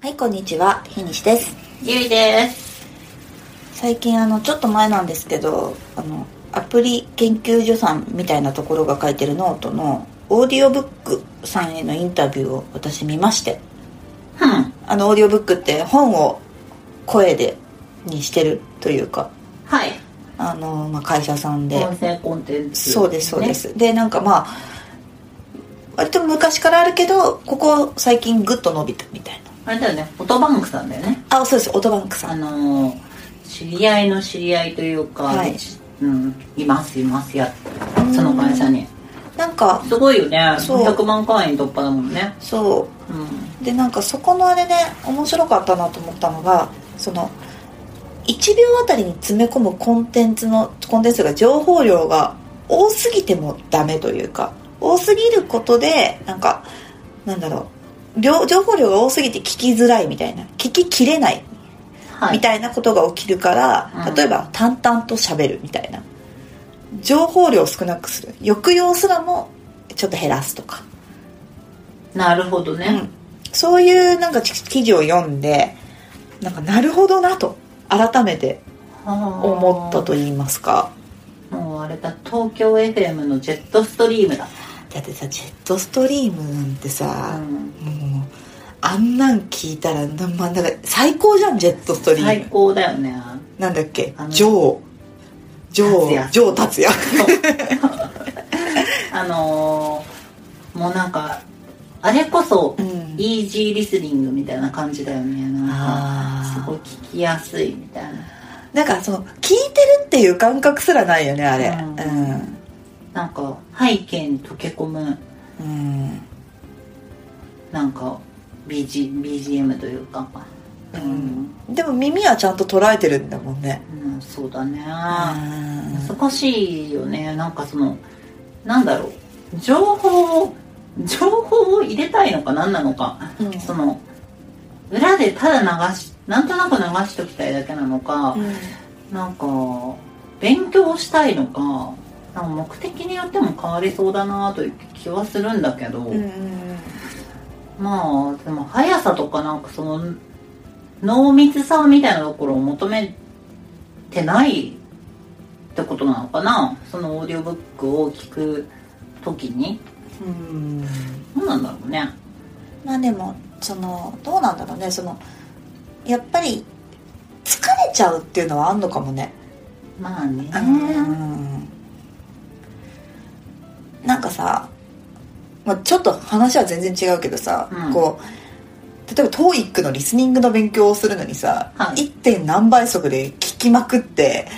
はいこんにちはひにしですゆいです。最近あのちょっと前なんですけどあのアプリ研究所さんみたいなところが書いてるノートのオーディオブックさんへのインタビューを私見ましてうん。あのオーディオブックって本を声でにしてるというかはい。あの、まあ、会社さんで音声コンテンツ、そうですそうで。すでなんかまあ割と昔からあるけどここ最近グッと伸びたみたいなあれだよね、オトバンクさんだよね。あそうですオートバンクさあんのー知り合いの知り合いというか、はいうん、いますいますやうんその会社になんかすごいよねそう100万会員突破だもんねそううんでなんかそこのあれで面白かったなと思ったのがその1秒あたりに詰め込むコンテンツのコンテンツが情報量が多すぎてもダメというか多すぎることでなんかなんだろう量情報量が多すぎて聞きづらいみたいな聞ききれないはみいたいなことが起きるから、うん例えば淡々と喋るみたいな情報量を少なくする抑揚すらもちょっと減らすとかなるほどうねん、そういうなんか記事を読んでなんかなるほどなと改めて思思ったと言いますかもうあれだ東京 FM のジェットストリームだ、だってさジェットストリームなんてさう、ん、もうあんなん聞いたらな,、まあ、なんか最高じゃんジェットストリー最ム高だよねなんだっけあのジョージョ達ー也ジョー達也 あのーもうなんかあれこそ、うんイージーリスニングみたいな感じだよねなんあーかすごい聞きやすいみたいななんかその聞いてるっていう感覚すらないよねあれうんなんか背景に溶け込むうん、うんなんか BG BGM というかうん、でも耳はちゃんと捉えてるんだもんねうん、そうだねうん難しいよねなんかそのなんだろう情報を情報を入れたいのか何なのか、うんその裏でただ流しなんとなく流しときたいだけなのか、なんか勉強したいのかなんか目的によっても変わりそうだなという気はするんだけど、うんうんまあでも速さとかなんかその濃密さみたいなところを求めてないってことなのかなそのオーディオブックを聞く時にうんどうなんだろうねまあでもそのどうなんだろうねそのやっぱり疲れちゃうっていうのはあんのかもね、まあねうんなんかさ、まあ、ちょっと話は全然違うけどさ、うんこう例えば TOEIC のリスニングの勉強をするのにさ、はい 1. 点何倍速で聞きまくって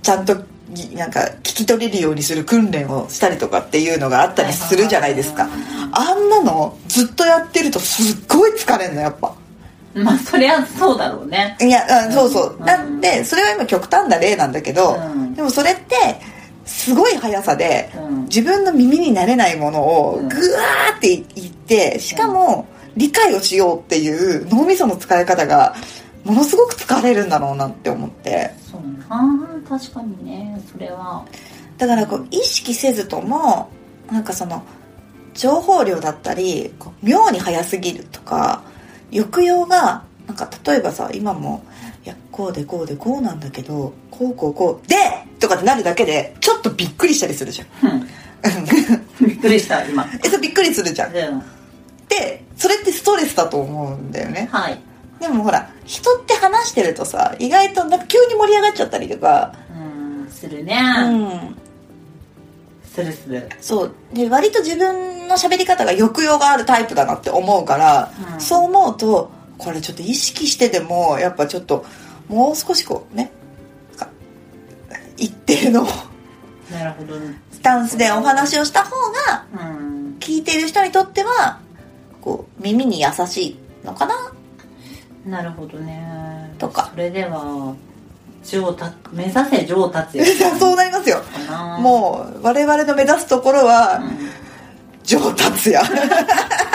ちゃんとぎなんか聞き取れるようにする訓練をしたりとかっていうのがあったりするじゃないですかあんなのずっとやってるとすっごい疲れんのやっぱうんまあそりゃそうだろうねいや、うん、そうそううんなんでそれは今極端な例なんだけど、うんでもそれってすごい速さでうん自分の耳に慣れないものをうグんワーっていってしかも理解をしようっていう脳みその使い方がものすごく疲れるんだろうなって思ってそうな確かにねそれはだからこう意識せずともなんかその情報量だったりこう妙に早すぎるとか抑揚がなんか例えばさ今もいやこうでこうでこうなんだけどこうこうこうでとかってなるだけでちょっとびっくりしたりするじゃん うんびっくりした今えそうびっくりするじゃんうんでそれってストレスだと思うんだよねはいでもほら人って話してるとさ意外となんか急に盛り上がっちゃったりとかうんするね、うんするするそうで割と自分の喋り方が抑揚があるタイプだなって思うから、うんそう思うとこれちょっと意識してでもやっぱちょっともう少しこうねか一定のなるほどねスタンスでお話をした方がうん聞いている人にとってはこう耳に優しいのか ななるほどねとかそれでは上達目指せ上達そうだなりますよかな う、もう我々の目指すところはう上達 やだっ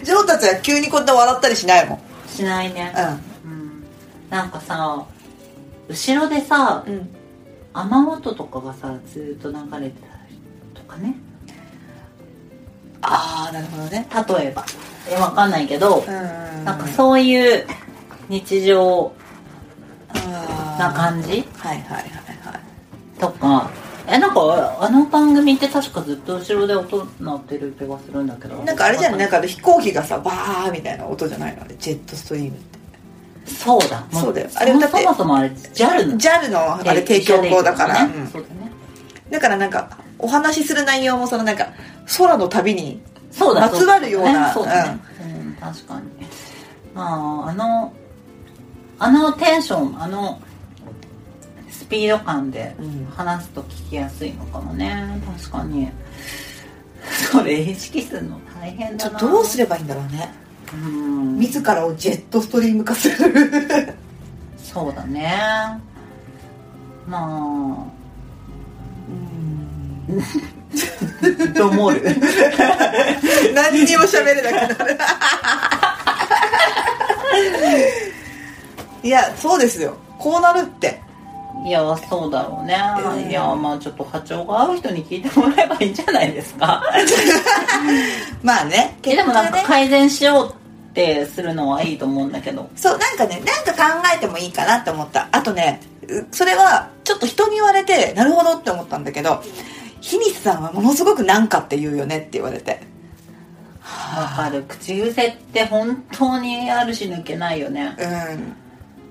て上達や急にこんな笑ったりしないもんん、しないね、ううん、なんかさ後ろでさんうん雨音とかがさずっと流れてたりとかねああなるほどね例えばいやわかんないけどうんなんかそういう日常なな感じはいはいはいはいとかえなんかあの番組って確かずっと後ろで音鳴ってる気がするんだけどなんかあれじゃないなんかかあの飛行機がさバーみたいな音じゃないのあれジェットストリームってそうだもそうだよああれれそだってそもそもあれ JAL の JAL のあれえ提供語だから、一緒でいいうんそうだねだからなんかお話しする内容もそのなんか空の旅にそうだまつわるようなそうだねそうだね、うん確かにまああのあのテンションあのスピード感でうん話すと聞きやすいのかもね確かにそれ意識するの大変ちょだっなとどうすればいいんだろうねうん自らをジェットストリーム化するそうだね まうんあどう思る何にも喋れなくな るいやそうですよこうなるっていやそうだろうね、うんいやまあちょっと波長が合う人に聞いてもらえばいいんじゃないです かまあねえでもなんかね改善しようってするのはいいと思うんだけどそうなんかねなんか考えてもいいかなって思ったあとねうそれはちょっと人に言われてなるほどって思ったんだけどひみつさんはものすごくなんかって言うよねって言われてわかる口癖って本当にあるし抜けないよねうん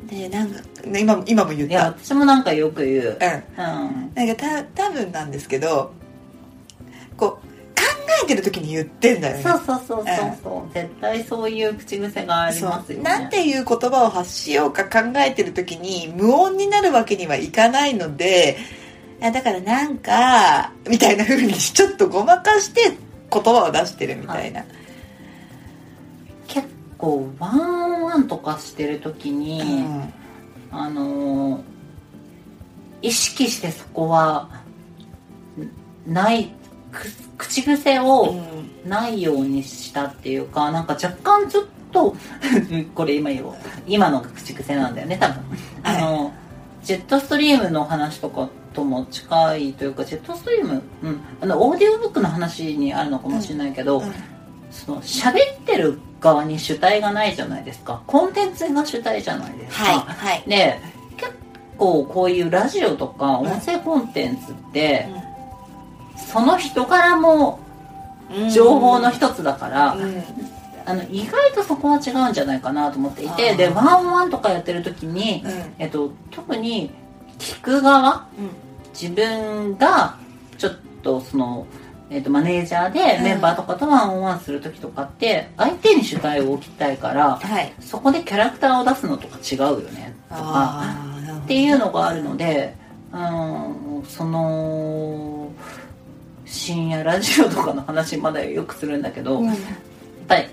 でなんか、ね、今も今も言っいやた私もなんかよく言ううんうんなんかた多分なんですけどこう考えてる時に言ってんだよねそうそうそうそうそう絶対そういう口癖がありそますようねなんていう言葉を発しようか考えてる時に無音になるわけにはいかないのでいやだからなんかみたいな風にちょっとごまかして言葉を出してるみたいな、結構ワンオンワンとかしてる時に、うんあのー意識してそこはんないく口癖を、うんないようにしたっていうかなんか若干ちょっと これ今言おう今のが口癖なんだよね多分あの、ジェットストリームの話とかとも近いというかジェットストリーム、うん、あのオーディオブックの話にあるのかもしれないけど、うんその喋ってる側に主体がないじゃないですかコンテンツが主体じゃないですか、はいはい、で結構こういうラジオとか音声コンテンツって、その人からもうん情報の一つだから、うんあの意外とそこは違うんじゃないかなと思っていあてーでワンオンワンとかやってる時に、うんえっと、特に聞く側自分がちょっとその、えっと、マネージャーでうんメンバーとかとワンオンワンする時とかって相手に主体を置きたいからはいそこでキャラクターを出すのとか違うよねとかあーなるほどっていうのがあるので、うん、その深夜ラジオとかの話まだよくするんだけど。うんやっぱり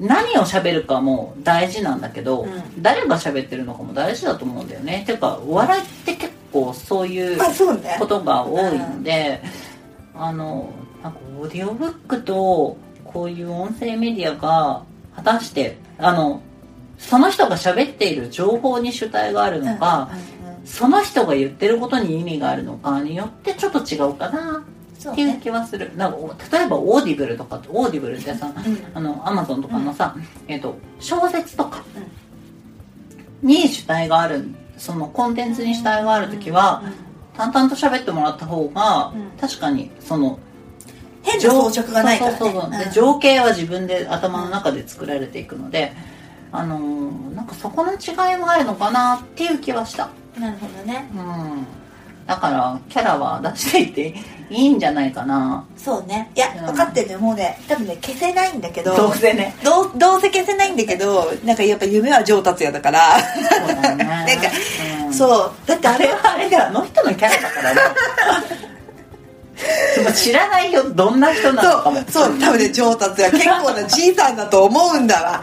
何を喋るかも大事なんだけど、うん誰が喋ってるのかも大事だと思うんだよねていうかお笑いって結構そういうまあそうねことが多いので、あのなんかオーディオブックとこういう音声メディアが果たしてあのその人が喋っている情報に主体があるのか、うんうんうんその人が言ってることに意味があるのかによってちょっと違うかなそうっていうね気はする、なんかお例えばオーディブルとかオーディブルってさうんあのアマゾンとかのさ、えっと小説とかに主体があるそのコンテンツに主体がある時は、淡々と喋ってもらった方が、うん確かにその変な装飾がないからねそうそうそうでうん情景は自分で頭の中で作られていくので、あのーなんかそこの違いがあるのかなっていう気はした、なるほどねうん、だからキャラは出していっていいんじゃないかなそうねいやうん分かってるねもうね多分ね消せないんだけどどうせねどうどうせ消せないんだけどなんかやっぱ夢は上達やだから、そうだよね なんかうんそうだってああれれはあれだあの人のキャラだからね でも知らないよどんな人なのかもそうそう多分ね上達や結構なじいさんだと思うんだ わ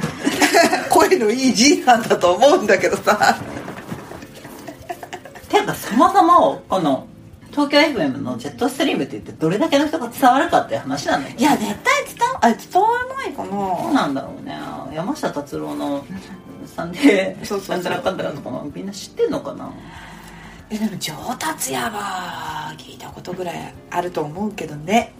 声のいいじいさんだと思うんだけどさていうかそもそもこの東京 FM のジェットストリームって言ってどれだけの人が伝わるかっていう話なんだよいや絶対伝わあ伝わらないかどうななんだろうね山下達郎の「サンデーそうそうそうなんたらかんたら」とかもみんな知ってんのかないやでも上達やは聞いたことぐらいあると思うけどね